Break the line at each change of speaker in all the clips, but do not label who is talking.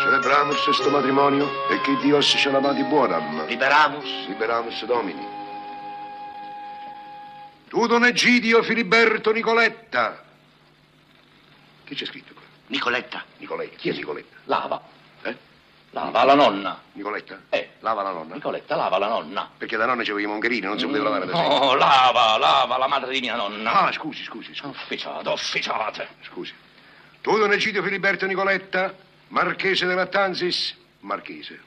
Salvamus est matrimonio, e che Dios ce l'amati buonam.
Liberamus.
Liberamus Domini. Tu, Don Egidio Filiberto Nicoletta. Che c'è scritto qua?
Nicoletta.
Nicoletta. Chi è Nicoletta?
Lava.
Eh?
Lava la nonna.
Nicoletta?
Eh.
Lava la nonna.
Nicoletta, lava la nonna.
Perché da nonna c'avevo i moncherini, non si poteva lavare da sé.
No, lava, lava la madre di mia nonna.
Ah, scusi, scusi, scusi.
Officiate, officiate.
Scusi. Tu, Don Egidio Filiberto Nicoletta, marchese della Tansis, marchese.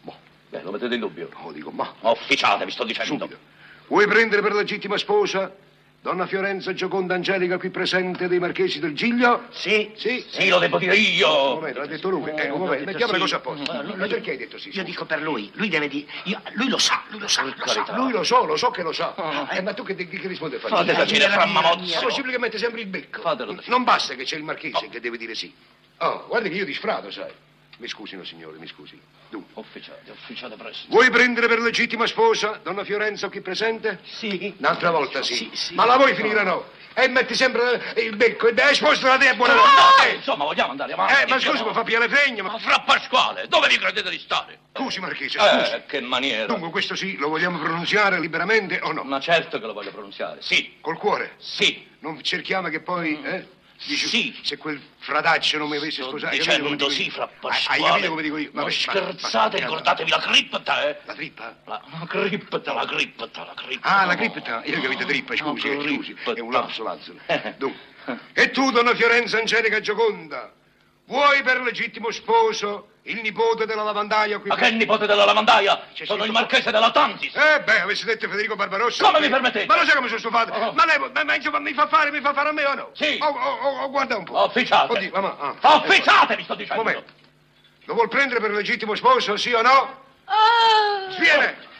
Boh, beh, lo mettete in dubbio.
Oh, dico, ma
Officiate, vi sto dicendo.
subito. Vuoi prendere per legittima sposa donna Fiorenza Gioconda Angelica qui presente dei marchesi del Giglio?
Sì?
Sì.
Sì, lo devo dire
Un
io.
momento, l'ha detto lui. Ecco, un
l'ho
momento,
detto
mettiamo le
Oh. Eh, sì.
cose a posto.
Ma lui-
Ma perché hai detto sì?
Io
scusi?
dico per lui, lui deve dire. io- lui lo sa, lui lo sa, lo sa.
carità.
Lui-
Lui lo so, lo so che lo sa.
Ah.
Eh, ma tu che, che rispondi a fare? Eh,
Fate piacere, fra
Ma
mamozzo.
possibile che mette sempre il becco.
Fatelo dire.
Non basta che c'è il marchese che deve dire sì. Oh, guarda che io disfrato, sai. Mi scusino, signore, mi scusi. Dunque,
Officiate, officiate presto.
vuoi prendere per legittima sposa donna Fiorenza qui presente?
Sì.
Un'altra volta sì.
Sì, sì.
Ma la vuoi finire no? E metti sempre il becco e dai, sposta la te e buona
No,
notte.
insomma, vogliamo andare avanti.
Eh, ma scusi, ma fa più le fregne, ma...
Ma fra Pasquale, dove vi credete di stare?
Scusi, marchese, scusi.
Eh, che maniera.
Dunque, questo sì, lo vogliamo pronunciare liberamente o no?
Ma certo che lo voglio pronunciare. Sì,
Col cuore.
sì.
Non cerchiamo che poi, eh? Dici,
Mm. Sì.
Se quel frataccio non mi avesse
Sto
sposato... hai capito come dico
dicendo sì,
io?
fra
Hai
Pasquale.
hai capito come dico io? Ma
non
per- ma-
scherzate,
ma-
ricordatevi la cripta, eh.
La trippa?
La, la cripta, la cripta, la cripta.
Ah, la
no.
cripta. Io ho capito trippa, scusi,
No, Eh.
scusi. È un
cripta.
lapso lazzo. Dunque. E tu, donna Fiorenza Angelica Gioconda, vuoi per legittimo sposo il nipote della lavandaia qui...
Ma che nipote della lavandaia?
C'è
Sono
scritto-
il marchese della Tantis.
Eh beh, avessi detto Federico Barbarossa.
Come mi permettete?
Ma lo sai come sono stufato?
Oh.
Ma lei ma, ma, insomma, mi fa fare, mi fa fare a me o no?
Sì.
Oh, oh, oh, oh, guarda un po'.
Officiate.
Oddio, ma- ma- ah, ecco.
Officiate, vi sto
Un
dicendo.
momento. Lo vuol prendere per legittimo sposo, sì o no?
Ah!
Sviene!